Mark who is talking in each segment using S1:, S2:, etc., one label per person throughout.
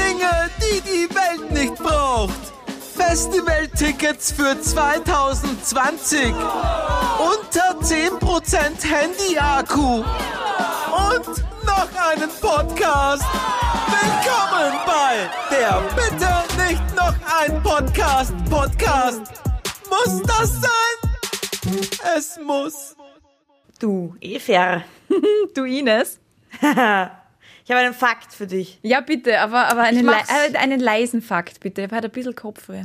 S1: Dinge, die die Welt nicht braucht. Festivaltickets für 2020. Unter 10% Handy-Akku. Und noch einen Podcast. Willkommen bei der Bitte nicht noch ein Podcast. Podcast. Muss das sein? Es muss.
S2: Du, Efer. du Ines. ich habe einen Fakt für dich.
S3: Ja, bitte, aber, aber einen,
S2: mach's.
S3: lei- äh, einen leisen Fakt, bitte. Ich hatte ein bisschen Kopfweh.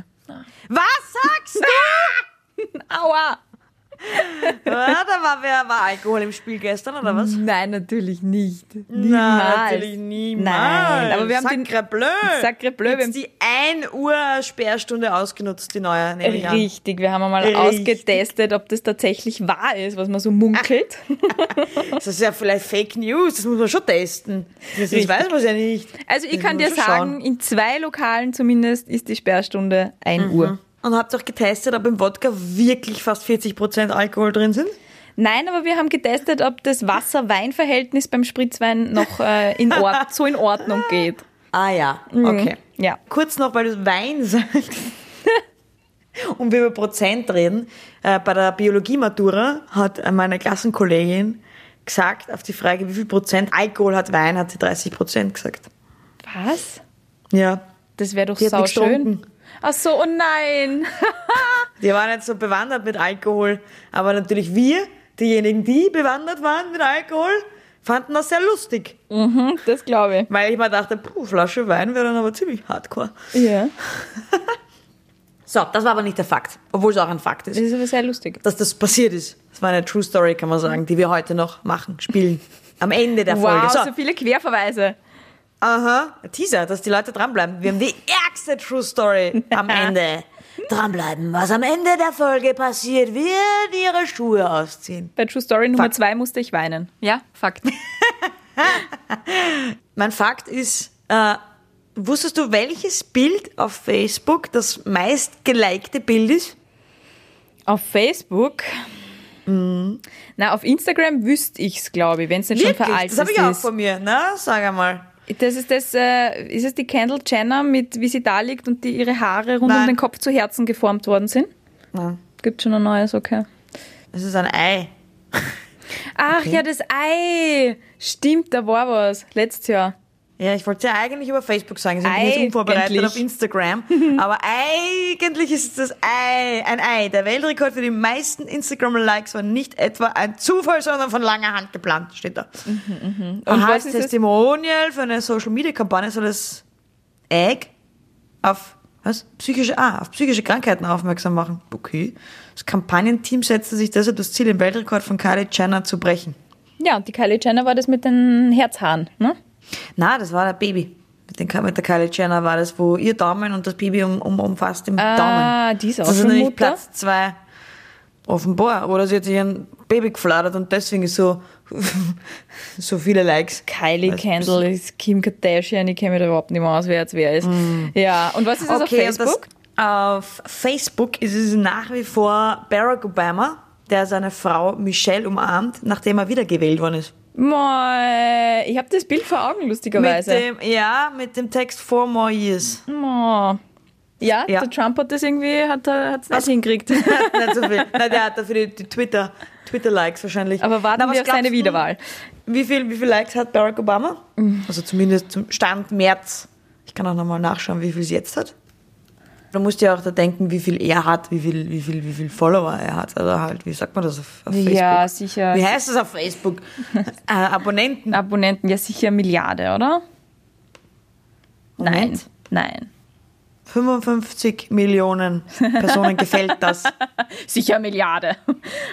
S2: Was sagst du?
S3: Aua!
S2: Ah, da war, wer, war Alkohol im Spiel gestern, oder was?
S3: Nein, natürlich nicht.
S2: Nein,
S3: Niemals.
S2: natürlich niemals.
S3: Nein, aber wir haben den-
S2: Sacre bleu.
S3: Sacre bleu, wir
S2: Wir haben
S3: haben-
S2: die 1 Uhr Sperrstunde ausgenutzt, die neue, nehme ich an.
S3: Richtig, wir haben einmal
S2: Richtig.
S3: ausgetestet, ob das tatsächlich wahr ist, was man so munkelt.
S2: Ah, Das ist ja vielleicht Fake News, das muss man schon testen. Das, das
S3: Richtig.
S2: weiß man ja nicht.
S3: Also ich
S2: Das
S3: kann
S2: muss
S3: dir
S2: man schon
S3: sagen, in zwei Lokalen zumindest ist die Sperrstunde 1
S2: Mhm.
S3: Uhr.
S2: Und habt auch getestet, ob im Wodka wirklich fast 40% Alkohol drin sind?
S3: Nein, aber wir haben getestet, ob das Wasser-Wein-Verhältnis beim Spritzwein noch äh, in Ord so in Ordnung geht.
S2: Ah ja, okay.
S3: Ja.
S2: Kurz noch, weil du Wein sagst und wir über Prozent reden. Äh, bei der Biologie-Matura hat äh, meine Klassenkollegin gesagt, auf die Frage, wie viel Prozent Alkohol hat Wein, hat sie 30 Prozent gesagt.
S3: Was?
S2: Ja.
S3: Das wäre doch
S2: Die hat
S3: sau
S2: nichts
S3: schön.
S2: getrunken.
S3: Ach so, oh nein.
S2: Die waren nicht so bewandert mit Alkohol, aber natürlich wir, diejenigen, die bewandert waren mit Alkohol, fanden das sehr lustig.
S3: Mhm, das glaube
S2: Weil ich mal dachte, puh, Flasche Wein wäre dann aber ziemlich hardcore.
S3: ich. Ja.
S2: So, das war aber nicht der Fakt, obwohl es auch ein Fakt ist.
S3: Das ist aber sehr lustig.
S2: dass das passiert ist. Das war eine True Story, kann man sagen, die wir heute noch machen, spielen. Am Ende der Folge.
S3: Wow,
S2: so,
S3: so. viele Querverweise.
S2: aha, Teaser, dass die Leute dranbleiben. Wir haben die ärgste True Story am Ende. Dranbleiben, was am Ende der Folge passiert, wird ihre Schuhe ausziehen.
S3: Bei True Story Nummer
S2: Fakt.
S3: 2 musste ich weinen. Ja, Fakt.
S2: Mein Fakt ist, äh, wusstest du, welches Bild auf Facebook das meistgelikte Bild ist?
S3: Auf Facebook.
S2: Mhm.
S3: Na, auf Instagram wüsste ich's, glaube ich, wenn es nicht schon veraltet
S2: das habe ich auch
S3: ist.
S2: von mir. Na, sag einmal.
S3: Das ist das, äh, ist es die Kendall Jenner mit, wie sie da liegt und die ihre Haare rund
S2: Nein.
S3: um den Kopf zu Herzen geformt worden sind?
S2: Nein,
S3: Gibt schon ein neues, okay.
S2: es ist ein Ei.
S3: Ach ja, das Ei. Stimmt, da war was. Letztes Jahr.
S2: Ja, ich wollte ja eigentlich über Facebook sagen, ich bin jetzt unvorbereitet
S3: Eigentlich.
S2: auf Instagram. Aber eigentlich ist es das Ei, ein Ei. Der Weltrekord für die meisten Instagram-Likes war nicht etwa ein Zufall, sondern von langer Hand geplant, steht da. Und
S3: Mhm, was
S2: als
S3: ist es?
S2: Testimonial für eine Social-Media-Kampagne soll das Egg auf was? Psychische, ah, auf psychische Krankheiten aufmerksam machen. Okay. Das Kampagnenteam setzte sich deshalb das Ziel, den Weltrekord von Kylie Jenner zu brechen.
S3: Ja, und die Kylie Jenner war das mit den Herzhaaren, ne?
S2: Na, das war der Baby. Mit, den, mit der Kylie Jenner war das, wo ihr Daumen und das Baby um, um, umfasst im Daumen.
S3: Ah, die ist auch
S2: das ist
S3: schon
S2: nämlich
S3: Mutter?
S2: Platz zwei. Offenbar. Oder sie hat sich ein Baby geflattert und deswegen so, so viele Likes.
S3: Kylie
S2: Weiß
S3: Kendall ist Kim Kardashian, ich kenne mich da überhaupt nicht mehr aus, wer jetzt wer ist. Ja, und was ist das
S2: Mm. Okay,
S3: auf
S2: und
S3: Facebook?
S2: Das, auf Facebook ist es nach wie vor Barack Obama, der seine Frau Michelle umarmt, nachdem er wiedergewählt worden ist.
S3: Moi, ich habe das Bild vor Augen,
S2: Mit
S3: lustigerweise.
S2: dem, ja, mit dem Text Four More Years.
S3: Moi. Ja,
S2: Ja.
S3: der Trump hat das irgendwie, hat er hat's nicht hingekriegt.
S2: nicht so viel. Nein, der hat dafür die, die Twitter, Twitter-Likes wahrscheinlich.
S3: Aber warten
S2: Na, was
S3: wir auf seine
S2: glaubst du,
S3: Wiederwahl. Mhm.
S2: Wie viel, wie viel Likes hat Barack Obama? Also zumindest zum Stand März. Ich kann auch nochmal nachschauen, wie viel es jetzt hat. Du musst ja auch da denken, wie viel er hat, wie viel, wie viel, wie viel Follower er hat. Oder halt, wie sagt man das auf, auf Facebook?
S3: Ja, sicher.
S2: Wie heißt das auf Facebook? äh, Abonnenten.
S3: Abonnenten, ja sicher Milliarde, oder?
S2: Moment.
S3: Nein.
S2: 55 Millionen Personen gefällt das.
S3: Oh. Sicher Milliarde.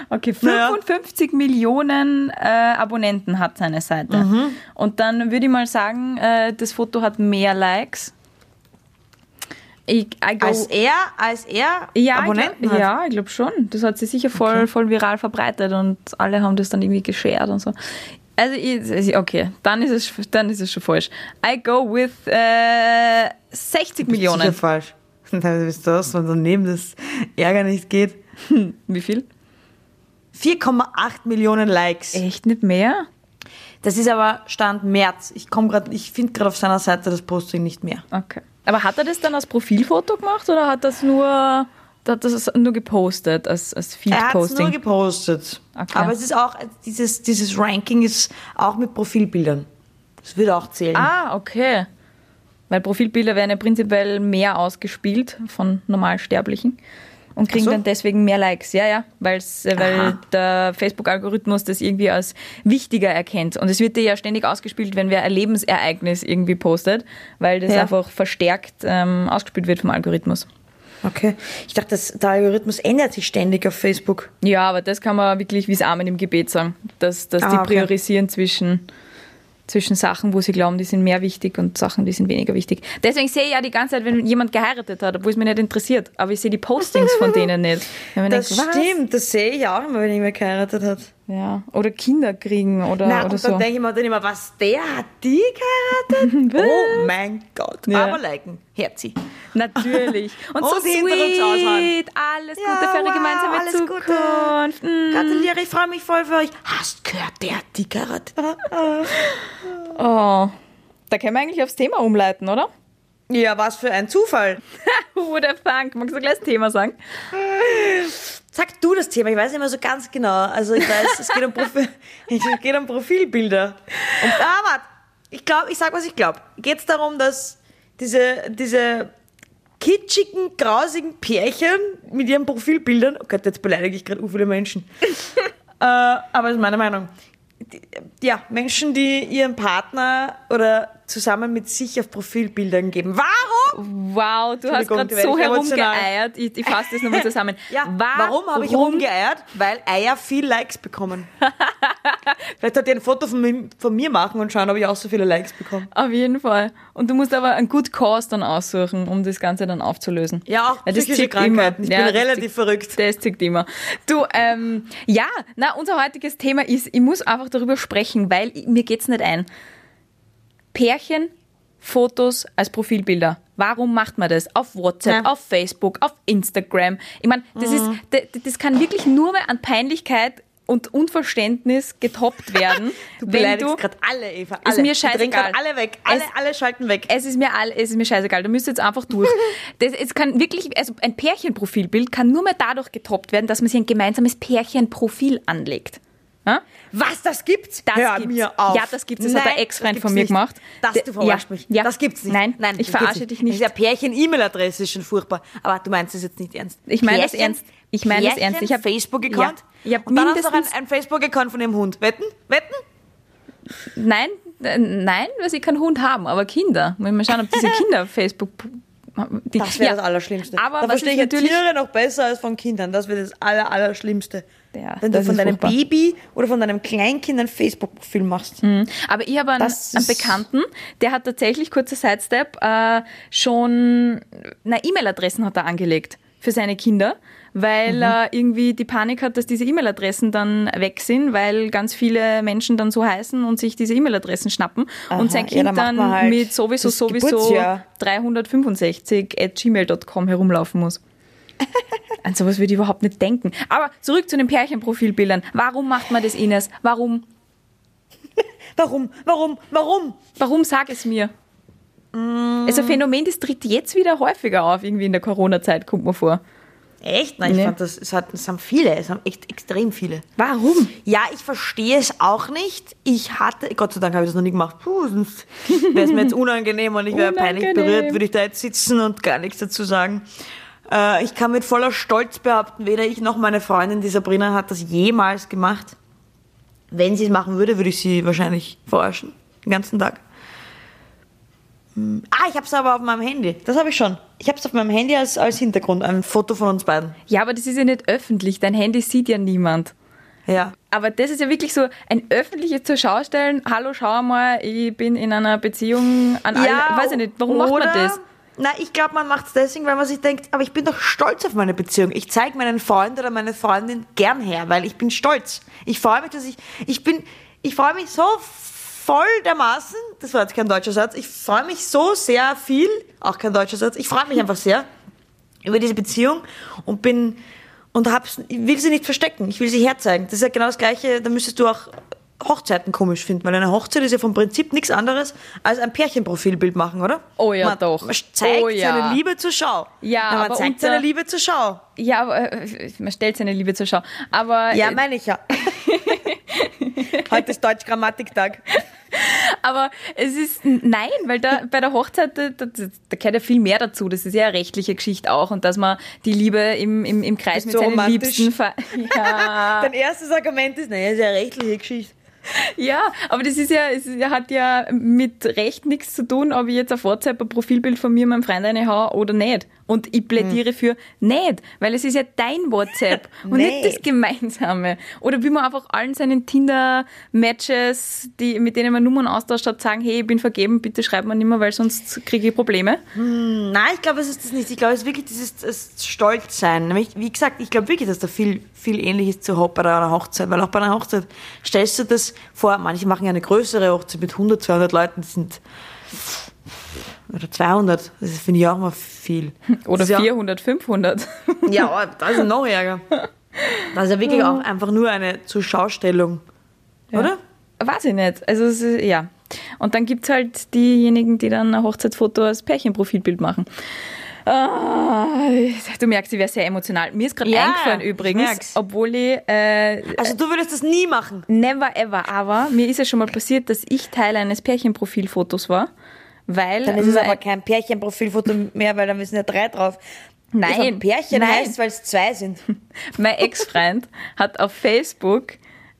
S3: Okay,
S2: Naja.
S3: 55 Millionen äh, Abonnenten hat seine Seite.
S2: Mhm.
S3: Und dann würde ich mal sagen, äh, das Foto hat mehr Likes. Ich, I go,
S2: Als er, als er
S3: ja, ich
S2: Abonnenten
S3: glaub,
S2: hat.
S3: ja, ich glaube schon. Das hat sie sicher voll, voll viral verbreitet und alle haben das dann irgendwie geshared und so. Also, ich, okay, dann ist, es, dann ist es schon falsch. I go with äh, 60
S2: Sicher
S3: Millionen.
S2: falsch. Das ist das, wenn daneben das Ärger nicht geht.
S3: Wie viel?
S2: 4,8 Millionen Likes.
S3: Echt nicht mehr?
S2: Das ist aber Stand März. Ich komme gerade, ich finde gerade auf seiner Seite das Posting nicht mehr.
S3: Okay. Aber hat er das dann als Profilfoto gemacht oder hat das nur, hat das nur gepostet als, als
S2: Er hat es nur
S3: Feed-Posting?
S2: gepostet.
S3: Okay.
S2: Aber es ist auch, dieses, dieses Ranking ist auch mit Profilbildern. Das würde auch zählen.
S3: Ah, okay. Weil Profilbilder werden ja prinzipiell mehr ausgespielt von Normalsterblichen und kriegen
S2: Ach so.
S3: dann deswegen mehr Likes. Ja, ja, weil's, äh, weil
S2: Aha.
S3: der Facebook-Algorithmus das irgendwie als wichtiger erkennt. Und es wird dir ja ständig ausgespielt, wenn wer ein Lebensereignis irgendwie postet, weil das
S2: Ja.
S3: einfach verstärkt ähm, ausgespielt wird vom Algorithmus.
S2: Okay. Ich dachte, das, der Algorithmus ändert sich ständig auf Facebook.
S3: Ja, aber das kann man wirklich wie es Amen im Gebet sagen, dass, dass
S2: Ah,
S3: die
S2: okay.
S3: priorisieren zwischen, zwischen Sachen, wo sie glauben, die sind mehr wichtig und Sachen, die sind weniger wichtig. Deswegen sehe ich ja die ganze Zeit, wenn jemand geheiratet hat, obwohl es mich nicht interessiert, aber ich sehe die Postings von denen nicht. Wenn man
S2: Das
S3: denkt, was?
S2: stimmt, das sehe ich auch immer, wenn jemand geheiratet hat.
S3: Ja. Oder Kinder kriegen oder,
S2: Na,
S3: oder
S2: und
S3: so.
S2: dann denke ich mir dann immer, was, der hat die geheiratet? oh mein Gott.
S3: Ja.
S2: Aber liken, Herzi.
S3: Natürlich. Und, so
S2: Und hinter uns
S3: sweet.
S2: aushauen.
S3: Alles Gute
S2: Ja,
S3: für eine
S2: wow,
S3: gemeinsame
S2: alles
S3: Zukunft. Mm.
S2: Gratuliere, ich freue mich voll für euch. Hast gehört, der hat die geheiratet?
S3: Oh. Da können wir eigentlich aufs Thema umleiten, oder?
S2: Ja, was für ein Zufall.
S3: Who would have thunk? Magst du gleich das Thema sagen?
S2: Sag du das Thema, ich weiß nicht mehr so ganz genau. Also ich weiß, es geht um, Profi es geht um Profilbilder. Und, ah, warte, ich glaube, ich sag, was ich glaube. Geht es darum, dass diese, diese kitschigen, grausigen Pärchen mit ihren Profilbildern, oh Gott, jetzt beleidige ich gerade u viele Menschen, äh, aber das ist meine Meinung. Die, ja, Menschen, die ihren Partner oder zusammen mit sich auf Profilbildern geben. Warum?
S3: Wow, du hast
S2: Entschuldigung,
S3: gerade
S2: die werde
S3: so
S2: ich emotional.
S3: herumgeeiert. Ich, ich fasse das nochmal zusammen.
S2: Ja, warum habe ich rumgeeiert? Weil Eier viel Likes bekommen. Vielleicht hat ihr ein Foto von, mir- von mir machen und schauen, ob ich auch so viele Likes bekomme.
S3: Auf jeden Fall. Und du musst aber einen Good Cause dann aussuchen, um das Ganze dann aufzulösen.
S2: Ja, auch
S3: Weil das
S2: psychische
S3: zickt immer.
S2: Krankheiten. Ich
S3: Ja,
S2: bin
S3: das
S2: relativ verrückt.
S3: Das tickt immer. Du, ähm, ja, na, unser heutiges Thema ist, ich muss einfach darüber sprechen, weil ich, mir geht's nicht ein. Pärchen, Fotos als Profilbilder. Warum macht man das? Auf WhatsApp,
S2: Ja. Mhm.
S3: auf Facebook, auf Instagram. Ich meine, das ist, d- d- das kann wirklich nur mehr an Peinlichkeit und Unverständnis getoppt werden,
S2: Du
S3: wenn
S2: beleidigst
S3: du
S2: gerade alle, Eva. Alle. Wir
S3: mir
S2: drehen
S3: scheißegal.
S2: grad alle weg. Alle,
S3: Es-
S2: alle schalten weg.
S3: es ist mir all, es ist mir scheißegal, du müsst jetzt einfach durch. Das, es kann wirklich, also ein Pärchenprofilbild kann nur mehr dadurch getoppt werden, dass man sich ein gemeinsames Pärchenprofil anlegt. Ja?
S2: Was, das gibt's?
S3: Das
S2: Hör
S3: gibt's.
S2: mir auf.
S3: Ja, das gibt's. Das hat
S2: Nein,
S3: der Ex-Freund
S2: das
S3: von mir
S2: gibt's
S3: gemacht.
S2: nicht. Das,
S3: Der-
S2: du verarscht
S3: ja,
S2: mich.
S3: ja.
S2: Das gibt's nicht.
S3: Nein,
S2: Nein
S3: ich
S2: das
S3: verarsche
S2: gibt's
S3: dich nicht.
S2: Dieser Pärchen-E-Mail-Adresse ist schon furchtbar. Aber du meinst es jetzt nicht ernst.
S3: Ich meine das
S2: Pärchen-
S3: ernst. Ich meine das ernst. Ich hab-
S2: Facebook-Account.
S3: Ja. Ich hab
S2: Und dann hast du noch ein,
S3: mindestens-
S2: ein Facebook-Account von dem Hund. Wetten? Wetten?
S3: Nein, äh, nein, weil sie keinen Hund haben, aber Kinder. Muss ich mal schauen, ob diese Kinder Facebook. Die,
S2: Das wäre
S3: ja.
S2: das Allerschlimmste.
S3: Aber
S2: da
S3: was
S2: verstehe
S3: ich
S2: ich ja
S3: natürlich.
S2: Tiere noch besser als von Kindern. Das wäre das Aller, Allerschlimmste.
S3: Ja,
S2: Wenn du
S3: das
S2: von
S3: ist
S2: deinem
S3: furchtbar.
S2: Baby oder von deinem Kleinkind ein Facebook-Profil machst.
S3: Mhm. Aber ich habe einen,
S2: Das
S3: einen
S2: ist-
S3: Bekannten, der hat tatsächlich, kurzer Sidestep, äh, schon na, E-Mail-Adressen hat er angelegt für seine Kinder, weil
S2: Mhm.
S3: er irgendwie die Panik hat, dass diese E-Mail-Adressen dann weg sind, weil ganz viele Menschen dann so heißen und sich diese E-Mail-Adressen schnappen und sein
S2: ja,
S3: Kind
S2: dann macht
S3: dann
S2: man halt
S3: mit sowieso
S2: das
S3: sowieso
S2: Geburtsjahr.
S3: 365 at gmail.com herumlaufen muss. An sowas würde ich überhaupt nicht denken. Aber zurück zu den Pärchenprofilbildern. Warum macht man das, Ines? Warum?
S2: Warum? Warum? Warum?
S3: Warum sag es mir?
S2: Mm.
S3: Also Phänomen, das tritt jetzt wieder häufiger auf, irgendwie in der Corona-Zeit, kommt mir vor.
S2: Echt? Nein, ich
S3: Nee.
S2: fand das, es, hat, es haben viele, es haben echt extrem viele.
S3: Warum?
S2: Ja, ich verstehe es auch nicht. Ich hatte, Gott sei Dank habe ich das noch nie gemacht. Puh, sonst wäre es mir jetzt unangenehm und ich wäre peinlich
S3: Unangenehm.
S2: berührt, würde ich da jetzt sitzen und gar nichts dazu sagen. Äh, ich kann mit voller Stolz behaupten, weder ich noch meine Freundin, die Sabrina, hat das jemals gemacht. Wenn sie es machen würde, würde ich sie wahrscheinlich verarschen. Den ganzen Tag. Hm. Ah, ich habe es aber auf meinem Handy. Das habe ich schon. Ich habe es auf meinem Handy als, als Hintergrund. Ein Foto von uns beiden.
S3: Ja, aber das ist ja nicht öffentlich, dein Handy sieht ja niemand.
S2: Ja.
S3: Aber das ist ja wirklich so ein öffentliches zur Schau stellen. Hallo, schau mal, ich bin in einer Beziehung an alle. Weiß ich nicht, warum macht
S2: oder-
S3: man das?
S2: Na, ich glaube, man macht es deswegen, weil man sich denkt, aber ich bin doch stolz auf meine Beziehung. Ich zeige meinen Freund oder meine Freundin gern her, weil ich bin stolz. Ich freue mich, dass ich, ich bin, ich freue mich so voll dermaßen, das war jetzt kein deutscher Satz, ich freue mich so sehr viel, auch kein deutscher Satz, ich freue mich einfach sehr über diese Beziehung und bin und hab's, ich will sie nicht verstecken, ich will sie herzeigen. Das ist ja genau das Gleiche, da müsstest du auch Hochzeiten komisch finde, weil eine Hochzeit ist ja vom Prinzip nichts anderes als ein Pärchenprofilbild machen, oder?
S3: Oh ja,
S2: man,
S3: doch.
S2: Man zeigt
S3: Oh ja.
S2: seine Liebe zur Schau.
S3: Ja,
S2: man
S3: aber
S2: zeigt
S3: unter-
S2: seine Liebe zur Schau.
S3: Ja, aber äh, man stellt seine Liebe zur Schau. Aber,
S2: Ja,
S3: äh,
S2: meine ich ja. Heute ist Deutsch-Grammatiktag.
S3: aber es ist nein, weil da bei der Hochzeit, da, da, da gehört ja viel mehr dazu. Das ist ja eine rechtliche Geschichte auch und dass man die Liebe im, im, im Kreis
S2: Ist
S3: mit
S2: so
S3: seinen
S2: romantisch.
S3: Liebsten ver ja.
S2: Dein erstes Argument ist, naja, ist ja eine rechtliche Geschichte.
S3: ja, aber das ist ja, es ist- hat ja mit Recht nichts zu tun, ob ich jetzt auf WhatsApp ein Profilbild von mir und meinem Freund reinhaue oder nicht. Und ich plädiere für nicht, weil es ist ja dein WhatsApp und nicht
S2: Nicht.
S3: das Gemeinsame. Oder wie man einfach allen seinen Tinder-Matches, die, mit denen man Nummern austauscht hat, sagen, hey, ich bin vergeben, bitte schreib mir nicht mehr, weil sonst kriege ich Probleme.
S2: Nein, ich glaube, es ist das nicht. Ich glaube, es ist wirklich dieses das Stolzsein. Nämlich, wie gesagt, ich glaube wirklich, dass da viel, viel Ähnliches zu Ho- bei einer Hochzeit, weil auch bei einer Hochzeit stellst du das vor, manche machen ja eine größere Hochzeit mit 100, 200 Leuten, das sind oder 200, das finde ich auch mal viel.
S3: Oder
S2: Das ist
S3: 400, 500.
S2: Ja, ja, aber das ist noch ärger. Das ist ja wirklich auch einfach nur eine Zuschaustellung, oder?
S3: Weiß ich nicht. Also, es ist, ja. Und dann gibt es halt diejenigen, die dann ein Hochzeitsfoto als Pärchenprofilbild machen. Ah, du merkst, ich wäre sehr emotional. Mir ist gerade
S2: Ja,
S3: eingefallen
S2: ich
S3: übrigens,
S2: merk's.
S3: obwohl ich äh,
S2: Also du würdest das nie machen.
S3: never ever, aber mir ist ja schon mal passiert, dass ich Teil eines Pärchenprofilfotos war. Weil
S2: Dann ist es
S3: mein-
S2: aber kein Pärchenprofilfoto mehr, weil dann müssen ja drei drauf.
S3: Nein,
S2: Das ein Pärchen
S3: nein.
S2: heißt, weil es zwei sind.
S3: mein Ex-Freund hat auf Facebook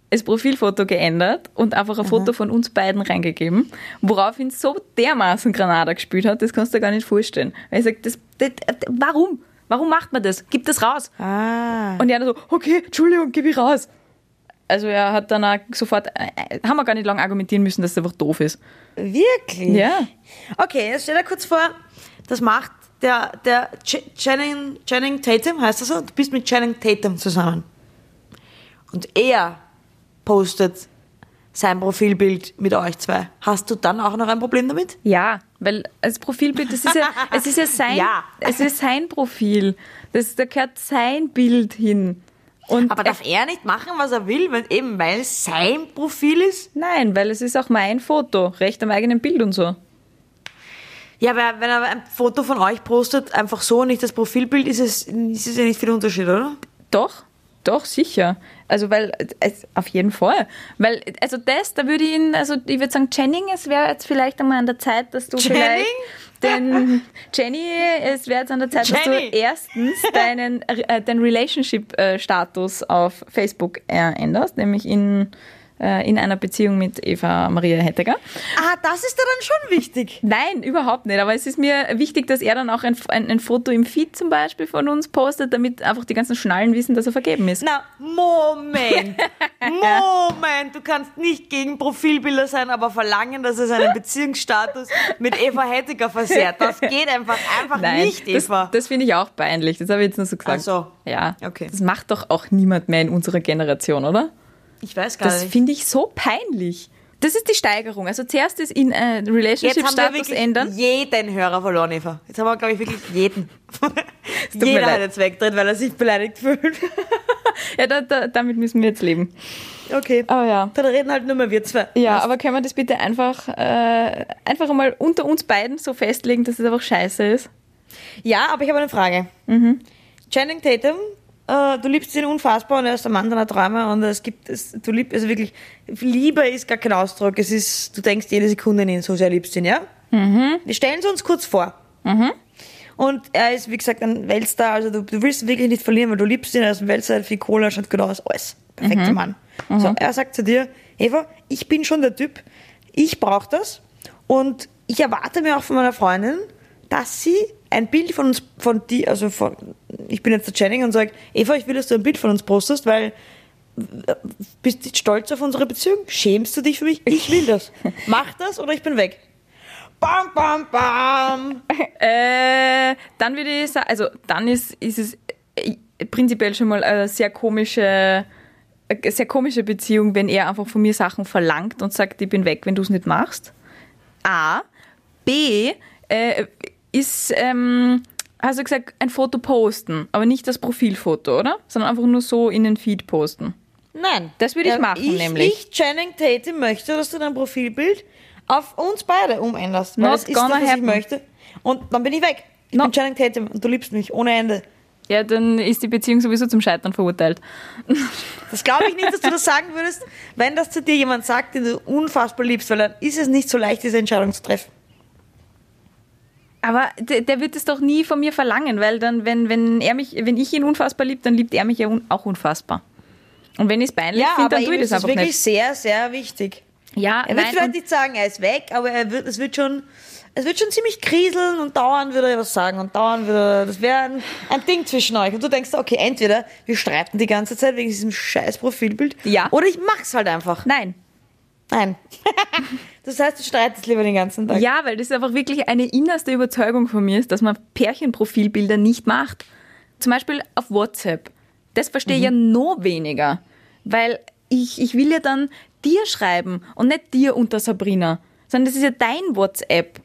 S3: das Profilfoto geändert und einfach ein Foto von uns beiden reingegeben, worauf ihn so dermaßen Granada gespielt hat, das kannst du dir gar nicht vorstellen. Weil ich sage, das, das, warum? Warum macht man das? Gib das raus.
S2: Ah.
S3: Und er dann so, okay, Entschuldigung, gib ich raus. Also er hat dann auch sofort, äh, haben wir gar nicht lange argumentieren müssen, dass das einfach doof ist.
S2: Wirklich?
S3: Ja.
S2: Okay, jetzt stell dir kurz vor, das macht der, der Ch- Channing, Channing Tatum, heißt das so? Du bist mit Channing Tatum zusammen. Und er postet sein Profilbild mit euch zwei. Hast du dann auch noch ein Problem damit?
S3: Ja, weil als Profilbild, das ist ja, es ist ja sein,
S2: Ja.
S3: es ist sein Profil. Das, da gehört sein Bild hin. Und
S2: Aber
S3: er-
S2: darf er nicht machen, was er will, wenn, eben weil es sein Profil ist?
S3: Nein, weil es ist auch mein Foto, recht am eigenen Bild und so.
S2: Ja, aber wenn er ein Foto von euch postet, einfach so und nicht das Profilbild, ist es, ist es ja nicht viel Unterschied, oder?
S3: Doch, doch, sicher. Also, weil, es, auf jeden Fall. Weil, also das, da würde ich ihn, also ich würde sagen, Channing, es wäre jetzt vielleicht einmal an der Zeit, dass du
S2: Channing?
S3: vielleicht den, Jenny, es wäre jetzt an der Zeit, dass
S2: Jenny.
S3: du erstens deinen, äh, deinen Relationship-Status auf Facebook äh, änderst, nämlich in, äh, in einer Beziehung mit Eva Maria Hetteger.
S2: Ah, das ist ja dann schon wichtig.
S3: Nein, überhaupt nicht. Aber es ist mir wichtig, dass er dann auch ein, ein, ein Foto im Feed zum Beispiel von uns postet, damit einfach die ganzen Schnallen wissen, dass er vergeben ist.
S2: Na, Moment. Moment. Du kannst nicht gegen Profilbilder sein, aber verlangen, dass er seinen Beziehungsstatus mit Eva Hettiger versehrt. Das geht einfach, einfach nicht,
S3: das,
S2: Eva.
S3: das finde ich auch peinlich. Das habe ich jetzt nur so gesagt.
S2: Ach so.
S3: Ja.
S2: Okay.
S3: Das macht doch auch niemand mehr in unserer Generation, oder?
S2: ich weiß gar
S3: Das finde ich so peinlich. Das ist die Steigerung. Also zuerst ist in äh,
S2: Jetzt haben wir
S3: Relationship-Status
S2: wirklich
S3: ändern.
S2: jeden Hörer verloren, Eva. Jetzt haben wir, glaube ich, wirklich jeden.
S3: mir
S2: Jeder
S3: leid.
S2: hat jetzt wegdreht, weil er sich beleidigt fühlt.
S3: Ja, da, da, damit müssen wir jetzt leben.
S2: Okay.
S3: Oh ja.
S2: Dann reden halt nur mehr wir zwei.
S3: Ja, aber können wir das bitte einfach, äh, einfach einmal unter uns beiden so festlegen, dass es einfach scheiße ist?
S2: Ja, aber ich habe eine Frage. Channing Tatum, äh, du liebst ihn unfassbar und er ist der Mann deiner Träume und es gibt, es, du liebst, also wirklich, Liebe ist gar kein Ausdruck. Es ist, du denkst jede Sekunde an ihn, so sehr liebst du ihn, ja? Wir stellen sie uns kurz vor. Und er ist, wie gesagt, ein Weltstar, also du, du willst ihn wirklich nicht verlieren, weil du liebst ihn, er ist ein Weltstar, er hat viel Kohle, er schaut genau aus, alles. Perfekter Mann. So, er sagt zu dir, Eva, ich bin schon der Typ, ich brauche das und ich erwarte mir auch von meiner Freundin, dass sie ein Bild von uns, von dir, also von, ich bin jetzt der Channing und sage, Eva, ich will, dass du ein Bild von uns postest, weil äh, bist du stolz auf unsere Beziehung? Schämst du dich für mich? Ich will das. Mach das oder ich bin weg. Bam, bam, bam.
S3: Äh, dann würde ich sagen, also dann ist, ist es äh, prinzipiell schon mal eine sehr komische, eine sehr komische Beziehung, wenn er einfach von mir Sachen verlangt und sagt, ich bin weg, wenn du es nicht machst. A. B. Äh, ist, ähm, hast du gesagt, ein Foto posten, aber nicht das Profilfoto, oder? Sondern einfach nur so in den Feed posten.
S2: Nein.
S3: Das würde ich
S2: Ähm,
S3: machen,
S2: ich,
S3: nämlich.
S2: Ich, Channing Tatum, möchte, dass du dein Profilbild auf uns beide umänderst. Weil
S3: Not
S2: das ist das,
S3: gonna
S2: was ich
S3: happen.
S2: möchte. Und dann bin ich weg. Ich
S3: No.
S2: bin Channing Tatum und du liebst mich ohne Ende.
S3: Ja, dann ist die Beziehung sowieso zum Scheitern verurteilt.
S2: Das glaube ich nicht, dass du das sagen würdest, wenn das zu dir jemand sagt, den du unfassbar liebst, weil dann ist es nicht so leicht, diese Entscheidung zu treffen.
S3: Aber der, der wird es doch nie von mir verlangen, weil dann, wenn, wenn er mich, wenn ich ihn unfassbar lieb, dann liebt er mich ja un, auch unfassbar. Und wenn ich es peinlich
S2: Ja,
S3: finde,
S2: aber
S3: dann
S2: ihm
S3: tue ich
S2: ist
S3: das
S2: das
S3: einfach
S2: wirklich
S3: nicht.
S2: sehr, sehr wichtig.
S3: Ja,
S2: Er wird
S3: Ah, nein,
S2: vielleicht
S3: und,
S2: nicht sagen, er ist weg, aber er wird, es wird schon, es wird schon ziemlich kriseln und dauern würde er was sagen und dauern würde, das wäre ein, ein Ding zwischen euch. Und du denkst, okay, entweder wir streiten die ganze Zeit wegen diesem scheiß Profilbild,
S3: Ja.
S2: oder ich mach's halt einfach.
S3: nein.
S2: Nein. das heißt, du streitest lieber den ganzen Tag.
S3: Ja, weil das einfach wirklich eine innerste Überzeugung von mir ist, dass man Pärchenprofilbilder nicht macht. Zum Beispiel auf WhatsApp. Das verstehe ich ja
S2: Mhm.
S3: noch weniger. Weil ich, ich will ja dann dir schreiben und nicht dir unter Sabrina. Sondern das ist ja dein WhatsApp.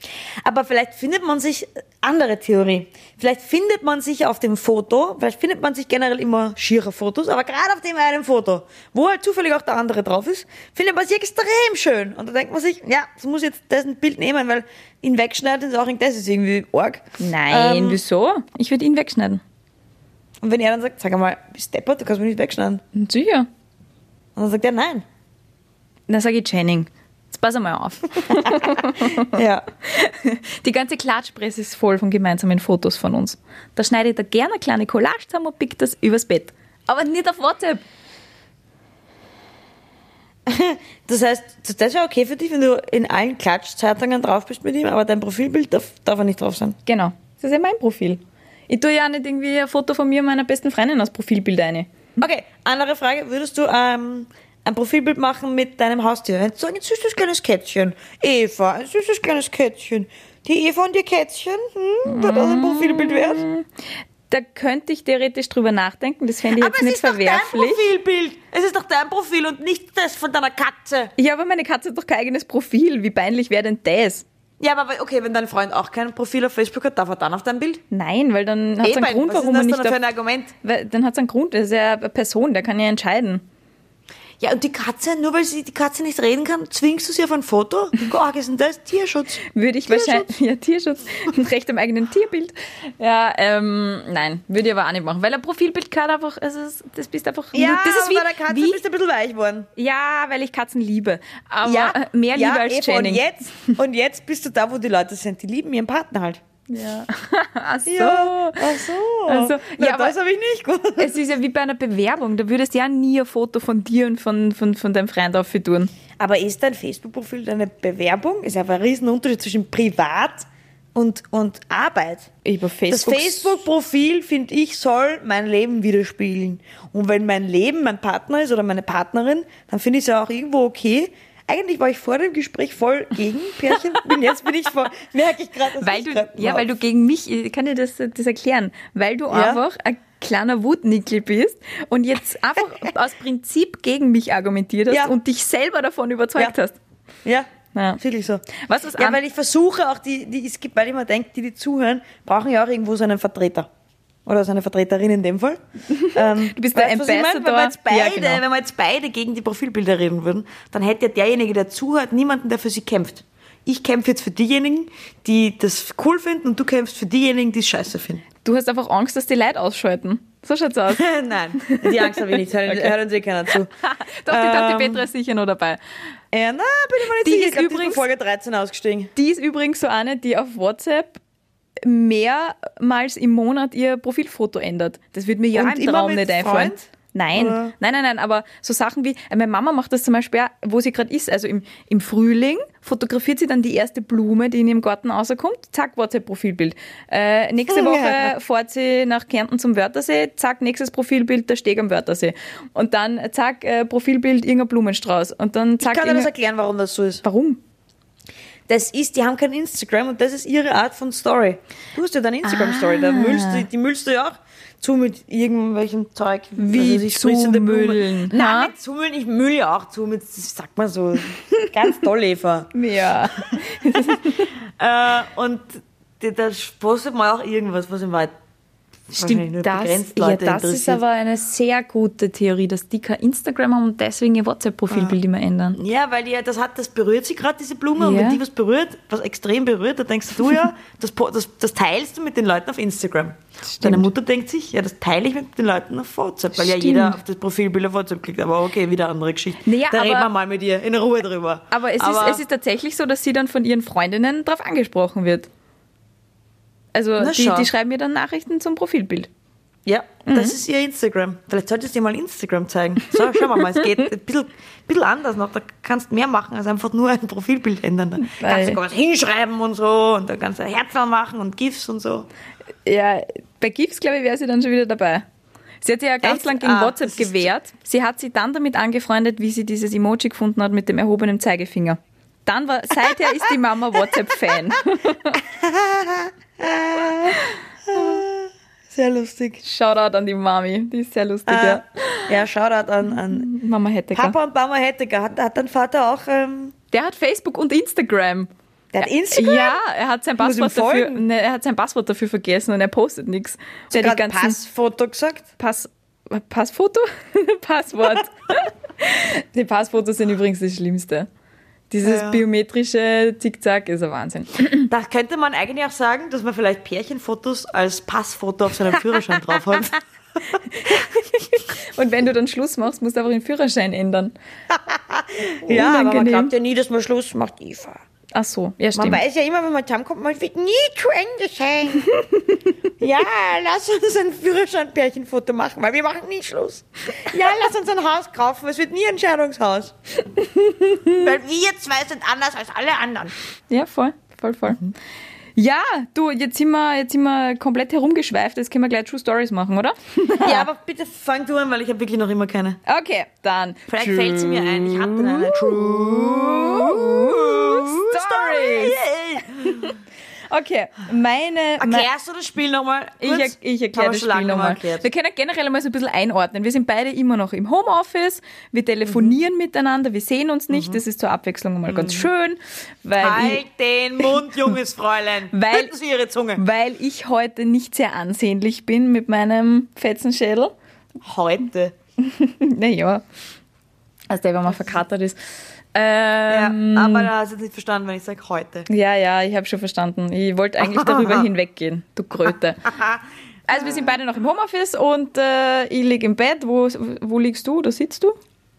S2: Aber vielleicht findet man sich äh, andere Theorie. Vielleicht findet man sich auf dem Foto, vielleicht findet man sich generell immer schiere Fotos, aber gerade auf dem einen Foto, wo halt zufällig auch der andere drauf ist, findet man sich extrem schön. Und da denkt man sich, ja, das muss jetzt dessen Bild nehmen, weil ihn wegschneiden ist auch in- das ist irgendwie arg.
S3: Nein,
S2: Ähm,
S3: wieso? Ich würde ihn wegschneiden.
S2: und wenn er dann sagt, sag mal, bist du deppert, du kannst mich nicht wegschneiden.
S3: Sicher.
S2: Und dann sagt er nein.
S3: Dann sage ich Channing. Jetzt pass einmal auf.
S2: Ja.
S3: Die ganze Klatschpresse ist voll von gemeinsamen Fotos von uns. Da schneide ich da gerne eine kleine Collage zusammen und pick das übers Bett. Aber nicht auf WhatsApp.
S2: Das heißt, das- das wäre okay für dich, wenn du in allen Klatschzeitungen drauf bist mit ihm, aber dein Profilbild darf, darf er nicht drauf sein.
S3: Genau. Das ist ja mein Profil. Ich tue ja auch nicht irgendwie ein Foto von mir und meiner besten Freundin als Profilbild eine.
S2: Okay, andere Frage. Würdest du ähm, ein Profilbild machen mit deinem Haustier? Hättest du ein süßes kleines Kätzchen? Eva, ein süßes kleines Kätzchen. Die Eva und ihr Kätzchen? Hm, wäre das ein Profilbild wert?
S3: Mm, Da könnte ich theoretisch drüber nachdenken. Das fände ich
S2: Aber
S3: jetzt
S2: es
S3: nicht
S2: ist doch dein
S3: verwerflich.
S2: Profilbild. Es ist doch dein Profil und nicht das von deiner Katze.
S3: Ja, aber meine Katze hat doch kein eigenes Profil. Wie peinlich wäre denn das?
S2: Ja, aber okay, wenn dein Freund auch kein Profil auf Facebook hat, darf er dann auf dein Bild?
S3: Nein, weil dann hat es einen Grund,
S2: Eh, was ist
S3: warum man
S2: das denn
S3: nicht
S2: für
S3: auf,
S2: ein Argument?
S3: weil, Dann hat es einen Grund. Das ist ja eine Person, der kann ja entscheiden.
S2: Ja, und die Katze, nur weil sie die Katze nicht reden kann, zwingst du sie auf ein Foto? Gott, ist denn das Tierschutz?
S3: Würde ich wahrscheinlich. Ja, Tierschutz. Ein Recht am eigenen Tierbild. Ja, ähm, nein, würde ich aber auch nicht machen. Weil ein Profilbild kann einfach, es ist, das bist einfach.
S2: Ja,
S3: das ist
S2: und
S3: wie,
S2: bei der Katze
S3: wie,
S2: bist du ein bisschen weich geworden.
S3: Ja, weil ich Katzen liebe. Aber
S2: ja,
S3: mehr
S2: ja,
S3: Liebe als
S2: Eva,
S3: Channing.
S2: Und jetzt, und jetzt bist du da, wo die Leute sind. Die lieben ihren Partner halt.
S3: Ja. Ach so.
S2: Ach so.
S3: Ach so.
S2: Na,
S3: Ja, aber-
S2: das habe ich nicht gut.
S3: Es ist ja wie bei einer Bewerbung. Da würdest du ja nie ein Foto von dir und von, von, von deinem Freund aufführen.
S2: Aber ist dein Facebook-Profil deine Bewerbung? Ist einfach ein Riesenunterschied zwischen privat und, und Arbeit.
S3: Über
S2: Das
S3: Facebook.
S2: Facebook-Profil, finde ich, soll mein Leben widerspiegeln. Und wenn mein Leben mein Partner ist oder meine Partnerin, dann finde ich es ja auch irgendwo okay. Eigentlich war ich vor dem Gespräch voll gegen Pärchen. und jetzt bin ich voll, merke ich gerade, dass
S3: Weil
S2: ich
S3: du,
S2: grad
S3: ja,
S2: war.
S3: weil du gegen mich, ich kann dir das, das erklären, weil du
S2: Ja.
S3: einfach ein kleiner Wutnickel bist und jetzt einfach aus Prinzip gegen mich argumentiert hast
S2: Ja.
S3: und dich selber davon überzeugt
S2: Ja.
S3: hast.
S2: Ja,
S3: Ja.
S2: wirklich so.
S3: Was ist
S2: ja,
S3: an-
S2: weil ich versuche auch, die, die, es gibt, weil ich immer denke, die, die zuhören, brauchen ja auch irgendwo so einen Vertreter. Oder so eine Vertreterin in dem Fall. Ähm,
S3: Du bist der
S2: weißt, was ich meine? Wenn
S3: Ambassador.
S2: wir, jetzt beide,
S3: Ja, genau.
S2: wenn wir jetzt beide gegen die Profilbilder reden würden, dann hätte ja derjenige, der zuhört, niemanden, der für sie kämpft. Ich kämpfe jetzt für diejenigen, die das cool finden und du kämpfst für diejenigen, die es scheiße finden.
S3: Du hast einfach Angst, dass die Leute ausschalten. So schaut's aus.
S2: Nein, die Angst habe ich nicht. Hören,
S3: Okay.
S2: hören Sie keiner zu.
S3: Doch, die Tante
S2: Ähm.
S3: Petra ist sicher noch dabei.
S2: Ja, na, bin ich mal nicht
S3: Die
S2: sicher.
S3: ist
S2: Ich glaube, die ist
S3: übrigens-
S2: bei Folge 13 ausgestiegen.
S3: Die ist übrigens so eine, die auf WhatsApp mehrmals im Monat ihr Profilfoto ändert. Das wird mir ja
S2: Und
S3: im
S2: immer
S3: Traum
S2: mit
S3: nicht einfallen.
S2: Freund?
S3: Nein,
S2: Oder?
S3: nein, nein, nein, aber so Sachen wie, äh, meine Mama macht das zum Beispiel auch, wo sie gerade ist, also im, im Frühling fotografiert sie dann die erste Blume, die in ihrem Garten rauskommt, zack, WhatsApp-Profilbild. Äh, nächste
S2: Ja.
S3: Woche fährt sie nach Kärnten zum Wörthersee, zack, nächstes Profilbild, der Steg am Wörthersee. Und dann, zack, äh, Profilbild, irgendein Blumenstrauß. Und dann, zack,
S2: Ich kann dir das
S3: irgendein-
S2: erklären, warum das so ist.
S3: warum?
S2: Das ist, die haben kein Instagram und das ist ihre Art von Story. Du hast ja deine Instagram-Story,
S3: Ah.
S2: da müllst du, die müllst du ja auch zu mit irgendwelchem Zeug. also
S3: Wie
S2: ich sprühe in der Blume.
S3: zumüllen, ha?
S2: Nein, nicht zumüllen, ich müll ja auch zu mit, das sagt man so. Ganz toll, Eva.
S3: Ja.
S2: äh, und da- da postet man auch irgendwas, was im Wald
S4: wahrscheinlich nur
S3: Stimmt, das,
S4: begrenzt
S3: ja,
S4: Leute
S3: das ist
S4: interessiert.
S3: aber eine sehr gute Theorie, dass die kein Instagram haben und deswegen ihr WhatsApp-Profilbild immer ändern.
S2: Ja, weil die, das, hat, das berührt sie gerade, diese Blume. Und
S3: Ja.
S2: wenn die was berührt, was extrem berührt, dann denkst du ja, das, po- das, das teilst du mit den Leuten auf Instagram. Deine Mutter denkt sich, ja, das teile ich mit den Leuten auf WhatsApp, weil
S3: Stimmt.
S2: ja jeder auf das Profilbild auf WhatsApp klickt. Aber okay, wieder andere Geschichte.
S3: Naja,
S2: da reden
S3: aber-
S2: wir mal mit ihr in Ruhe drüber.
S3: Aber es, ist, es ist tatsächlich so, dass sie dann von ihren Freundinnen darauf angesprochen wird. Also
S2: Na,
S3: die,
S2: schau.
S3: die schreiben mir dann Nachrichten zum Profilbild.
S2: Ja,
S3: Mhm.
S2: das ist ihr Instagram. Vielleicht solltest du dir mal Instagram zeigen. So, schauen wir mal, es geht ein bisschen, bisschen anders noch. Da kannst du mehr machen, als einfach nur ein Profilbild ändern. Da
S3: Weil-
S2: kannst du sogar was hinschreiben und so und da kannst du Herzchen machen und GIFs und so.
S3: Ja, bei GIFs, glaube ich, wäre sie dann schon wieder dabei. Sie hat sich ja ganz
S2: Echt?
S3: lang gegen
S2: Ah,
S3: WhatsApp
S2: das ist-
S3: gewehrt. Sie hat sich dann damit angefreundet, wie sie dieses Emoji gefunden hat mit dem erhobenen Zeigefinger. Dann war, seither ist die Mama WhatsApp-Fan.
S2: Sehr lustig.
S3: Shoutout an die Mami, die ist sehr lustig,
S2: Ja,
S3: ja.
S2: ja Shoutout an, an
S3: Mama Hettecker.
S2: Papa und Mama Hettecker. Hat, hat dein Vater auch, ähm,
S3: Der hat Facebook und Instagram.
S2: der hat Instagram?
S3: Ja, er hat sein
S2: muss ihm
S3: Passwort dafür.
S2: folgen.
S3: Ne, er hat sein Passwort dafür vergessen und er postet nichts. Der
S2: Hat
S3: hat die
S2: gerade
S3: ganzen
S2: Passfoto gesagt?
S3: Pass Passfoto? Passwort. die Passfotos sind übrigens das Schlimmste. Dieses
S2: Ja.
S3: biometrische Zickzack ist ein Wahnsinn.
S2: Da könnte man eigentlich auch sagen, dass man vielleicht Pärchenfotos als Passfoto auf seinem Führerschein drauf hat.
S3: Und wenn du dann Schluss machst, musst du einfach den Führerschein ändern.
S2: Ja, aber man
S3: Unangenehm.
S2: glaubt ja nie, dass man Schluss macht, Eva.
S3: Ach so, ja
S2: Man
S3: stimmt.
S2: weiß ja immer, wenn man zusammenkommt, man wird nie zu Ende sein. ja, lass uns ein Führerschein-Pärchenfoto machen, weil wir machen nie Schluss. Ja, lass uns ein Haus kaufen, es wird nie ein Scheidungshaus. weil wir zwei sind anders als alle anderen.
S3: Ja, voll, voll, voll.
S2: Mhm.
S3: Ja, du, jetzt sind, wir, jetzt sind wir komplett herumgeschweift. Jetzt können wir gleich True Stories machen, oder?
S2: Ja, aber bitte fang du an, weil ich habe wirklich noch immer keine.
S3: Okay, dann.
S2: Vielleicht fällt sie mir ein, ich hatte eine True
S3: Stories. Okay, meine. mein-
S2: Erklärst du das Spiel nochmal?
S3: Ich, er, ich erkläre das Spiel nochmal. Wir können generell mal so ein bisschen einordnen. Wir sind beide immer noch im Homeoffice, wir telefonieren
S2: Mhm.
S3: miteinander, wir sehen uns nicht. Das ist zur Abwechslung mal ganz schön, weil ich,
S2: Halt den Mund, junges Fräulein.
S3: Weil-
S2: Halten Sie Ihre Zunge.
S3: weil ich heute nicht sehr ansehnlich bin mit meinem Fetzenschädel.
S2: Heute.
S3: Naja, als der, wenn man verkatert ist. Ähm,
S2: ja, aber da hast du es nicht verstanden, wenn ich sage heute.
S3: ja, ja, ich habe schon verstanden. Ich wollte eigentlich darüber hinweggehen, du Kröte. Also wir sind beide noch im Homeoffice und äh, ich liege im Bett. Wo, wo liegst du? Da sitzt du?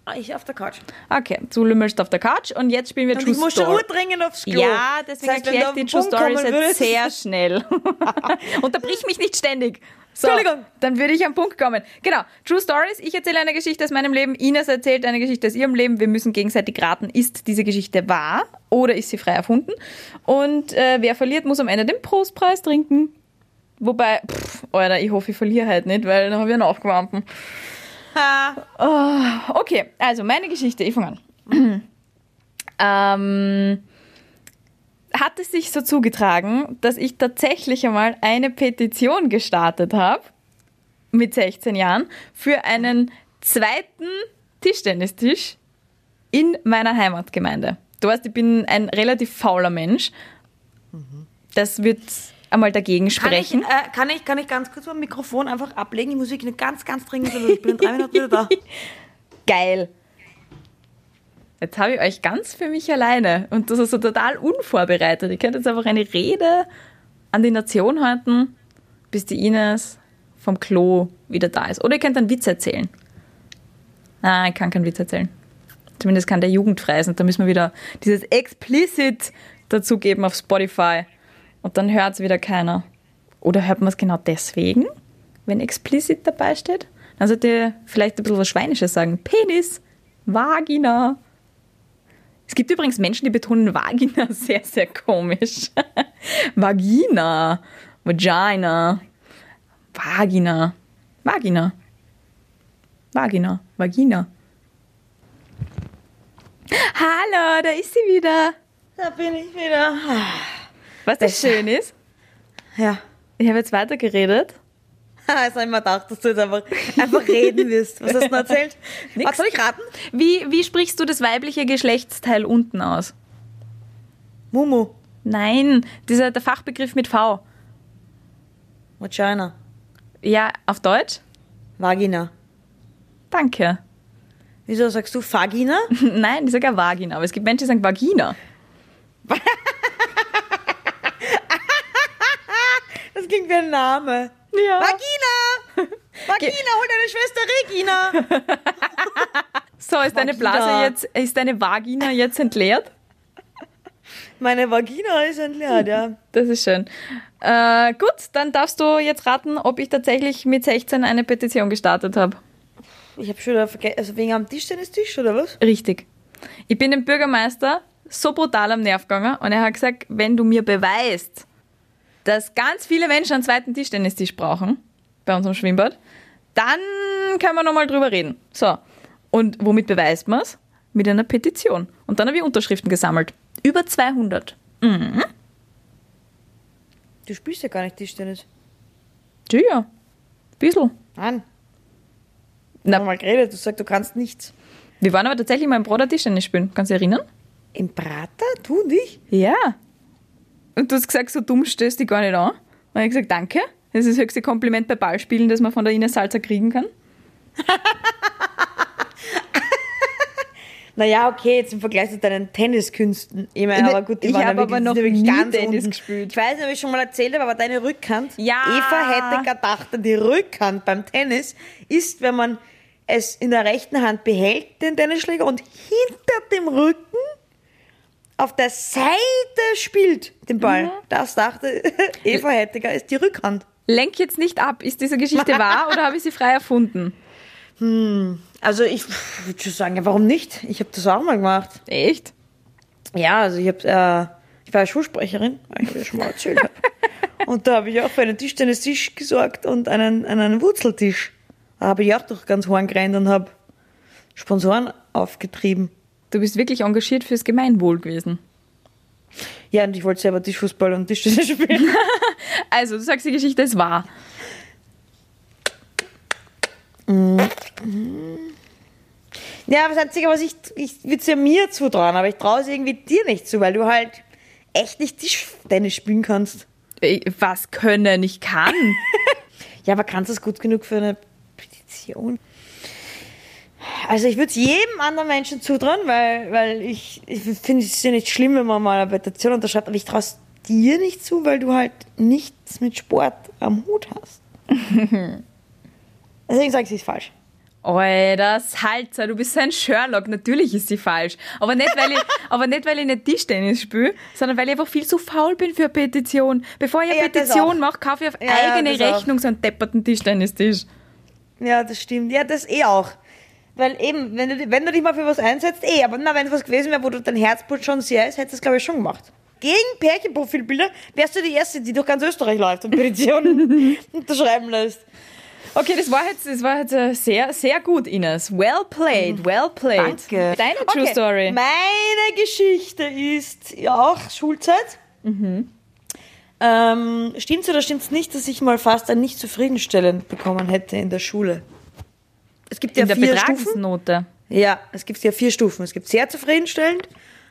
S2: Ah, Ich auf der Couch.
S3: Okay, du lümmelst auf der Couch und jetzt spielen wir
S2: Und
S3: True
S2: ich muss schon
S3: Story.
S2: urdringend aufs Klo.
S3: Ja, deswegen
S2: Das heißt, wenn
S3: erkläre
S2: du
S3: ich
S2: auf
S3: die
S2: den
S3: True
S2: Punkt
S3: Stories
S2: kommen würdest-
S3: jetzt sehr schnell. Unterbrich mich nicht ständig. So,
S2: Entschuldigung.
S3: Dann würde ich am Punkt kommen. Genau, True Stories, ich erzähle eine Geschichte aus meinem Leben, Ines erzählt eine Geschichte aus ihrem Leben. Wir müssen gegenseitig raten, ist diese Geschichte wahr oder ist sie frei erfunden? Und äh, wer verliert, muss am Ende den Prostpreis trinken. Wobei, pff, Alter, ich hoffe, ich verliere halt nicht, weil dann habe ich einen aufgewampen. Okay, also meine Geschichte, ich fange an. ähm, hat es sich so zugetragen, dass ich tatsächlich einmal eine Petition gestartet habe, mit 16 Jahren, für einen zweiten Tischtennistisch in meiner Heimatgemeinde. Du weißt, ich
S2: Mhm.
S3: bin ein relativ fauler Mensch. Das wird einmal dagegen
S2: Kann ich,
S3: sprechen.
S2: äh, kann, ich, kann ich ganz kurz mein Mikrofon einfach ablegen? Ich muss wirklich nur ganz, ganz dringend. so- Ich bin in drei Minuten wieder da.
S3: Geil. Jetzt habe ich euch ganz für mich alleine und das ist so total unvorbereitet. Ihr könnt jetzt einfach eine Rede an die Nation halten, bis die Ines vom Klo wieder da ist. Oder ihr könnt einen Witz erzählen. Ah, ich kann keinen Witz erzählen. Zumindest kann der jugendfrei sein. Da müssen wir wieder dieses Explicit dazugeben auf Spotify. Und dann hört es wieder keiner. Oder hört man es genau deswegen, wenn Explicit dabei steht? Dann sollt ihr vielleicht ein bisschen was Schweinisches sagen. Penis, Vagina. Es gibt übrigens Menschen, die betonen Vagina sehr, sehr komisch. Vagina, Vagina, Vagina, Vagina, Vagina, Vagina. Hallo, da ist sie wieder.
S2: Da bin ich wieder.
S3: Was das schön ist,
S2: Ja.
S3: ich habe jetzt weitergeredet.
S2: Also immer gedacht, dass du jetzt einfach, einfach reden wirst. Was hast du denn erzählt?
S3: Nix.
S2: Was soll ich raten?
S3: Wie, wie sprichst du das weibliche Geschlechtsteil unten aus?
S2: Mumu.
S3: Nein, dieser der Fachbegriff mit V.
S2: Vagina.
S3: Ja, auf Deutsch?
S2: Vagina.
S3: Danke.
S2: Wieso sagst du Vagina?
S3: Nein, ich sage ja Vagina, aber es gibt Menschen, die sagen Vagina.
S2: Das klingt wie ein Name.
S3: Ja.
S2: Vagina! Vagina, hol deine Schwester Regina!
S3: So, ist deine
S2: Vagina.
S3: Blase jetzt, ist deine Vagina jetzt entleert?
S2: Meine Vagina ist entleert, ja.
S3: Das ist schön. Äh, gut, dann darfst du jetzt raten, ob ich tatsächlich mit 16 eine Petition gestartet habe.
S2: Ich habe schon wieder vergessen, also wegen am Tischtennistisch oder was?
S3: Richtig. Ich bin dem Bürgermeister so brutal am Nerv gegangen und er hat gesagt, wenn du mir beweist, dass ganz viele Menschen einen zweiten Tischtennistisch brauchen, bei unserem Schwimmbad, dann können wir nochmal drüber reden. So. Und womit beweist man es? Mit einer Petition. Und dann habe ich Unterschriften gesammelt. Über 200.
S2: Du spielst ja gar nicht Tischtennis.
S3: Ja, bissl.
S2: Nein.
S3: Na-
S2: Na, mal geredet, du sagst, du kannst nichts.
S3: Wir waren aber tatsächlich mal im Bruder Tischtennis spielen. Kannst du dich erinnern?
S2: Im Prater? Du und ich?
S3: Ja. Und du hast gesagt, so dumm stößt dich gar nicht an. Und ich habe gesagt, danke. Das ist das höchste Kompliment bei Ballspielen, das man von der Ines Salzer kriegen kann.
S2: Naja, okay, jetzt im Vergleich zu deinen Tenniskünsten. Ne, Ich meine, aber gut, die
S3: Ich
S2: waren ja
S3: habe
S2: wirklich-
S3: aber
S2: die sind
S3: noch
S2: ja wirklich
S3: nie
S2: ganz
S3: Tennis
S2: unten.
S3: gespielt.
S2: Ich weiß nicht, ob ich schon mal erzählt habe, aber deine Rückhand.
S3: Ja.
S2: Eva hätte gedacht, die Rückhand beim Tennis ist, wenn man es in der rechten Hand behält, den Tennisschläger, und hinter dem Rücken auf der Seite spielt den Ball. Das dachte Eva Hettiger ist die Rückhand.
S3: Lenk jetzt nicht ab. Ist diese Geschichte wahr oder habe ich sie frei erfunden?
S2: Also ich würde schon sagen, ja, warum nicht? Ich habe das auch mal gemacht.
S3: Echt?
S2: Ja, also ich habe, äh, ich war ja Schulsprecherin, weil ich das schon mal erzählt habe. Und da habe ich auch für einen Tischtennistisch gesorgt und einen, einen Wurzeltisch. Da habe ich auch durch ganz Horn gerannt und habe Sponsoren aufgetrieben.
S3: Du bist wirklich engagiert fürs Gemeinwohl gewesen.
S2: Ja, und ich wollte selber Tischfußball und Tischtennis spielen.
S3: Also, du sagst, die Geschichte ist wahr.
S2: ja, das Einzige, was ich, ich würde es ja mir zutrauen, aber ich traue es irgendwie dir nicht zu, weil du halt echt nicht Tischtennis spielen kannst.
S3: Ey, Äh, Was können? Ich kann.
S2: Ja, aber kannst du es gut genug für eine Petition? Also ich würde es jedem anderen Menschen zutrauen, weil, weil ich, ich finde es ja nicht schlimm, wenn man mal eine Petition unterschreibt, aber ich traue es dir nicht zu, weil du halt nichts mit Sport am Hut hast. Deswegen sage ich, sie ist falsch.
S3: Alter, Salzer, du bist so ein Sherlock. Natürlich ist sie falsch. Aber nicht, weil ich, aber nicht, weil ich nicht Tischtennis spiele, sondern weil ich einfach viel zu faul bin für eine Petition. Bevor ich eine
S2: Ja, das auch.
S3: Petition mache, kaufe ich auf
S2: Ja, ja,
S3: eigene
S2: das auch.
S3: Rechnung so einen depperten Tischtennistisch.
S2: Ja, das stimmt. Ja, das eh auch. Weil eben, wenn du, wenn du dich mal für was einsetzt, eh, aber na, wenn es was gewesen wäre, wo du dein Herzblut schon sehr ist, hättest du es, glaube ich, schon gemacht. Gegen Pärchenprofilbilder wärst du die Erste, die durch ganz Österreich läuft und Petitionen unterschreiben lässt.
S3: Okay, das war jetzt, das war jetzt äh, sehr, sehr gut, Ines. Well played, well played.
S2: Danke.
S3: Deine True
S2: Okay,
S3: Story.
S2: Meine Geschichte ist ja auch Schulzeit. Mhm. Ähm, stimmt's oder stimmt's nicht, dass ich mal fast ein nicht zufriedenstellend bekommen hätte in der Schule? Es gibt ja
S3: In der
S2: vier Stufen.
S3: Betragsnote.
S2: Ja, es gibt ja vier Stufen. Es gibt sehr zufriedenstellend,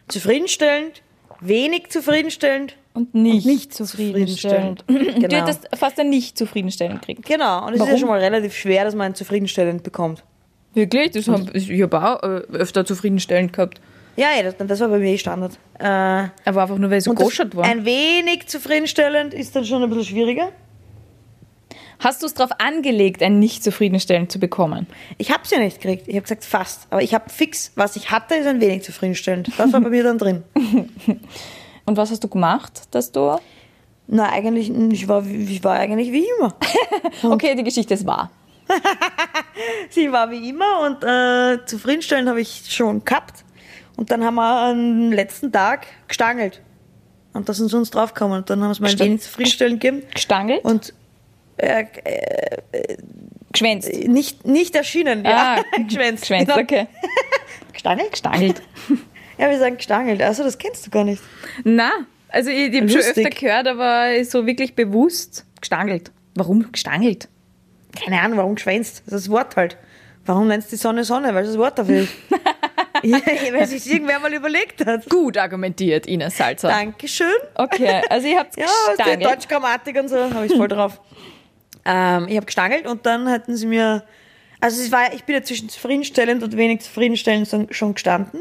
S2: zufriedenstellend, wenig zufriedenstellend.
S3: Und nicht,
S2: nicht
S3: zufriedenstellend.
S2: zufriedenstellend. Genau.
S3: Du hättest fast ein nicht zufriedenstellend gekriegt.
S2: Genau, und es ist
S3: Warum?
S2: ja schon mal relativ schwer, dass man ein zufriedenstellend bekommt.
S3: Wirklich? Das hab, ich habe auch äh, öfter zufriedenstellend gehabt.
S2: Ja, ja, das, das war bei mir eh Standard. Äh,
S3: Aber einfach nur, weil ich so
S2: und das-
S3: goschert war.
S2: ein wenig zufriedenstellend ist dann schon ein bisschen schwieriger.
S3: Hast du es darauf angelegt, ein nicht zufriedenstellend zu bekommen?
S2: Ich hab's ja nicht gekriegt. Ich habe gesagt fast, aber ich habe fix, was ich hatte, ist ein wenig zufriedenstellend. Das war bei mir dann drin.
S3: Und was hast du gemacht, dass du.
S2: Na, eigentlich, ich war, ich war eigentlich wie immer.
S3: Okay, die Geschichte ist wahr.
S2: Sie war wie immer und äh, zufriedenstellend habe ich schon gehabt. Und dann haben wir am letzten Tag gestangelt. Und da sind sie uns draufgekommen. Und dann haben sie mir ein
S3: Gestan-
S2: wenig zufriedenstellend gegeben.
S3: Gestangelt?
S2: Und äh,
S3: geschwänzt.
S2: nicht, nicht erschienen.
S3: Ah,
S2: Ja, geschwänzt.
S3: Geschwänzt,
S2: Genau.
S3: okay.
S2: Gestangelt?
S3: Gestangelt.
S2: Ja, wir sagen gestangelt. Also, das kennst du gar nicht.
S3: Na, also ich, ich habe schon
S2: Lustig.
S3: öfter gehört, aber so wirklich bewusst gestangelt. Warum gestangelt?
S2: Keine Ahnung, warum geschwänzt? Das ist das Wort halt. Warum nennst du die Sonne Sonne? Weil das Wort dafür ist. ja, weil sich irgendwer mal überlegt hat.
S3: Gut argumentiert, Ines Salzer.
S2: Dankeschön.
S3: Okay, also ihr habt
S2: Ja,
S3: gestangelt.
S2: Deutschgrammatik und so, habe ich voll drauf.
S5: Ähm, ich habe gestangelt und dann hatten sie mir, also es war, ich bin ja zwischen zufriedenstellend und wenig zufriedenstellend schon- schon gestanden.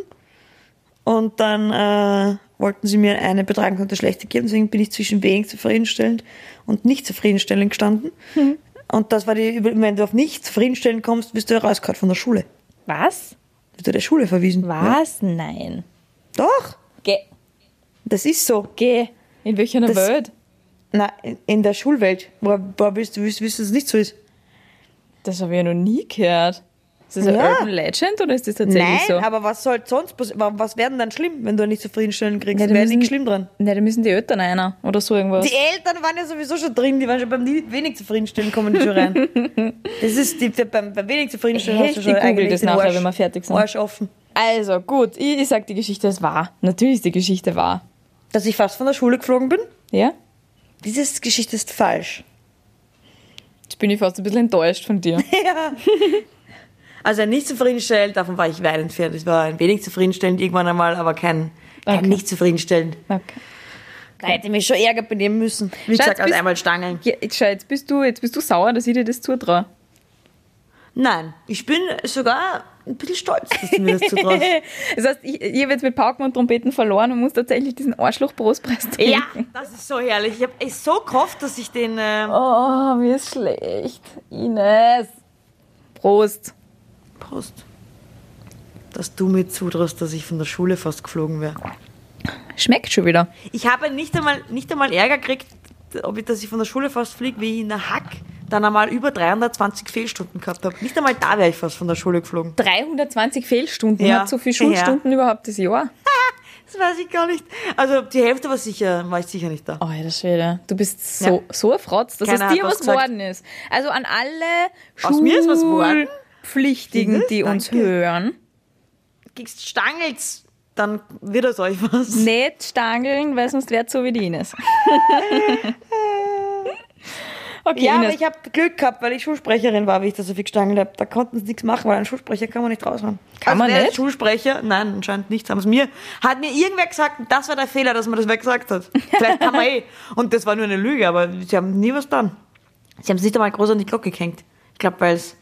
S5: Und dann äh, wollten sie mir eine Betragungsnote schlechter geben, deswegen bin ich zwischen wenig zufriedenstellend und nicht zufriedenstellend gestanden.
S3: Mhm.
S5: Und das war die, Über- wenn du auf nicht zufriedenstellend kommst, wirst du herausgehauen von der Schule.
S3: Was?
S5: Wirst du der Schule verwiesen.
S3: Was? Nein.
S5: Doch,
S3: Geh.
S5: das ist so.
S3: Geh. In welcher
S5: Das-
S3: Welt?
S5: Na, in- in der Schulwelt. Wo, wo willst du willst du wissen, dass es nicht so ist?
S3: Das habe ich ja noch nie gehört. Ist das eine
S5: Ja.
S3: Urban Legend oder ist das tatsächlich
S5: Nein,
S3: so?
S5: aber was soll sonst passieren? Was wäre denn dann schlimm, wenn du nicht zufriedenstellend kriegst?
S3: Ja,
S5: Ja,
S3: die
S5: wäre
S3: müssen-
S5: nichts schlimm dran.
S3: Nein, da müssen die Eltern einer oder so irgendwas.
S5: Die Eltern waren ja sowieso schon drin, die waren schon beim nie- wenig zufriedenstellend, kommen die schon rein. das ist, die, die, beim, beim wenig zufriedenstellend
S3: Hey,
S5: hast du
S3: ich
S5: schon
S3: google
S5: eigentlich
S3: das
S5: den
S3: nachher,
S5: Arsch,
S3: wenn wir fertig sind.
S5: Arsch offen.
S3: Also gut, ich, ich sag, die Geschichte ist wahr. Natürlich ist die Geschichte wahr.
S5: Dass ich fast von der Schule geflogen bin?
S3: Ja?
S5: Diese Geschichte ist falsch.
S3: Jetzt bin ich fast ein bisschen enttäuscht von dir.
S5: ja.
S2: Also ein nicht zufriedenstellend, davon war ich weit entfernt. Ich war ein wenig zufriedenstellend irgendwann einmal, aber kein, kein
S3: Okay.
S2: nicht zufriedenstellend.
S3: Okay.
S5: Da hätte ich mich schon Ärger benehmen müssen.
S2: Wie
S3: Schatz,
S2: gesagt, also
S3: bist-
S2: einmal stangeln.
S3: Ja, jetzt, schau, jetzt, bist du, jetzt bist du sauer, dass ich dir das zutraue.
S2: Nein, ich bin sogar ein bisschen stolz, dass du mir das zutraust.
S3: Das heißt, ich, ich habe jetzt mit Pauken und Trompeten verloren und muss tatsächlich diesen Arschloch-Brustpreis
S2: ja,
S3: trinken.
S2: das ist so herrlich. Ich habe echt so gehofft, dass ich den... ähm,
S3: Oh, mir ist schlecht. Ines. Prost.
S2: Prost. Dass du mir zutraust, dass ich von der Schule fast geflogen wäre.
S3: Schmeckt schon wieder.
S2: Ich habe nicht einmal, nicht einmal Ärger gekriegt, ob ich, dass ich von der Schule fast fliege, wie ich in der Hack dann einmal über 320 Fehlstunden gehabt habe. Nicht einmal da wäre ich fast von der Schule geflogen.
S3: 320 Fehlstunden.
S2: Ja.
S3: Hat so viele Schulstunden überhaupt das Jahr?
S2: Das weiß ich gar nicht. Also die Hälfte war sicher, war ich sicher nicht da.
S3: Oh, Alter Schwede. Du bist so, so ein Frotz, dass
S2: Keiner
S3: aus dir
S2: hat was
S3: was
S2: gesagt.
S3: geworden ist. Also an alle
S2: Aus mir ist was geworden?
S3: Schulpflichtigen,
S2: Findest?
S3: die uns
S2: Danke.
S3: hören.
S2: Gibst Stangels, dann wird es euch was.
S3: Nicht stangeln, weil sonst wär's so wie die Ines. okay,
S5: Ja, aber
S3: Ines.
S5: ich habe Glück gehabt, weil ich Schulsprecherin war, wie ich da so viel gestangelt habe. Da konnten sie nichts machen, weil einen Schulsprecher kann man nicht raushauen.
S3: Kann man
S2: Also wer ist
S3: nicht?
S2: Schulsprecher? Nein, anscheinend nicht. Haben es mir, hat mir irgendwer gesagt, das war der Fehler, dass man das wer gesagt hat. Vielleicht kann man eh. Und das war nur eine Lüge, aber sie haben nie was getan. Sie haben es nicht einmal groß an die Glocke gehängt. Ich glaube, weil es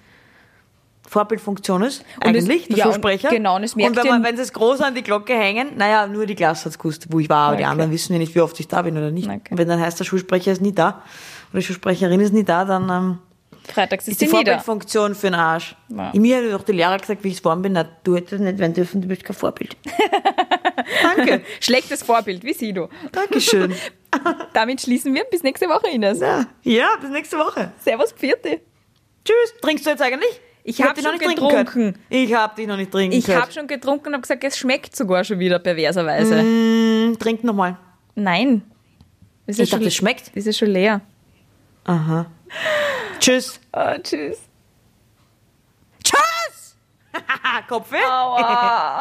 S2: Vorbildfunktion ist,
S3: Und es-
S2: eigentlich, der
S3: ja, und
S2: Schulsprecher.
S3: genau, und es merkt
S2: wenn,
S3: ja-
S2: man, wenn sie es groß an die Glocke hängen, naja, nur die Klasse hat es gewusst, wo ich war, aber die
S3: Okay.
S2: anderen wissen ja nicht, wie oft ich da bin oder nicht.
S3: Okay.
S2: Und Wenn dann heißt, der Schulsprecher ist nie da oder die Schulsprecherin ist nie da, dann... Ähm,
S3: Freitags ist
S2: ist die
S3: sie nieder.
S2: Vorbildfunktion für den Arsch.
S3: Ja.
S2: In Mir hat auch die Lehrer gesagt, wie ich geworden bin, na, du hättest nicht werden dürfen, du bist kein Vorbild. Danke,
S3: Schlechtes Vorbild, wie sie du.
S2: Dankeschön.
S3: Damit schließen wir. Bis nächste Woche, Ines.
S2: Ja, ja, bis nächste Woche.
S3: Servus, Pfierte.
S2: Tschüss. Trinkst du jetzt eigentlich?
S3: Ich
S2: hab
S3: hab
S2: dich
S3: schon
S2: trinken
S3: getrunken.
S2: können. Ich hab dich noch nicht trinken
S3: Ich
S2: gehört.
S3: habe schon getrunken und habe gesagt, es schmeckt sogar schon wieder perverserweise.
S2: Hm, Trink nochmal.
S3: Mm. Nein. Ist
S2: Ich dachte, es schmeckt.
S3: Ist ja schon leer.
S2: Aha. Tschüss.
S3: Oh, tschüss. 아,
S2: Tschüss! Kopf eh? weg.
S3: Aua.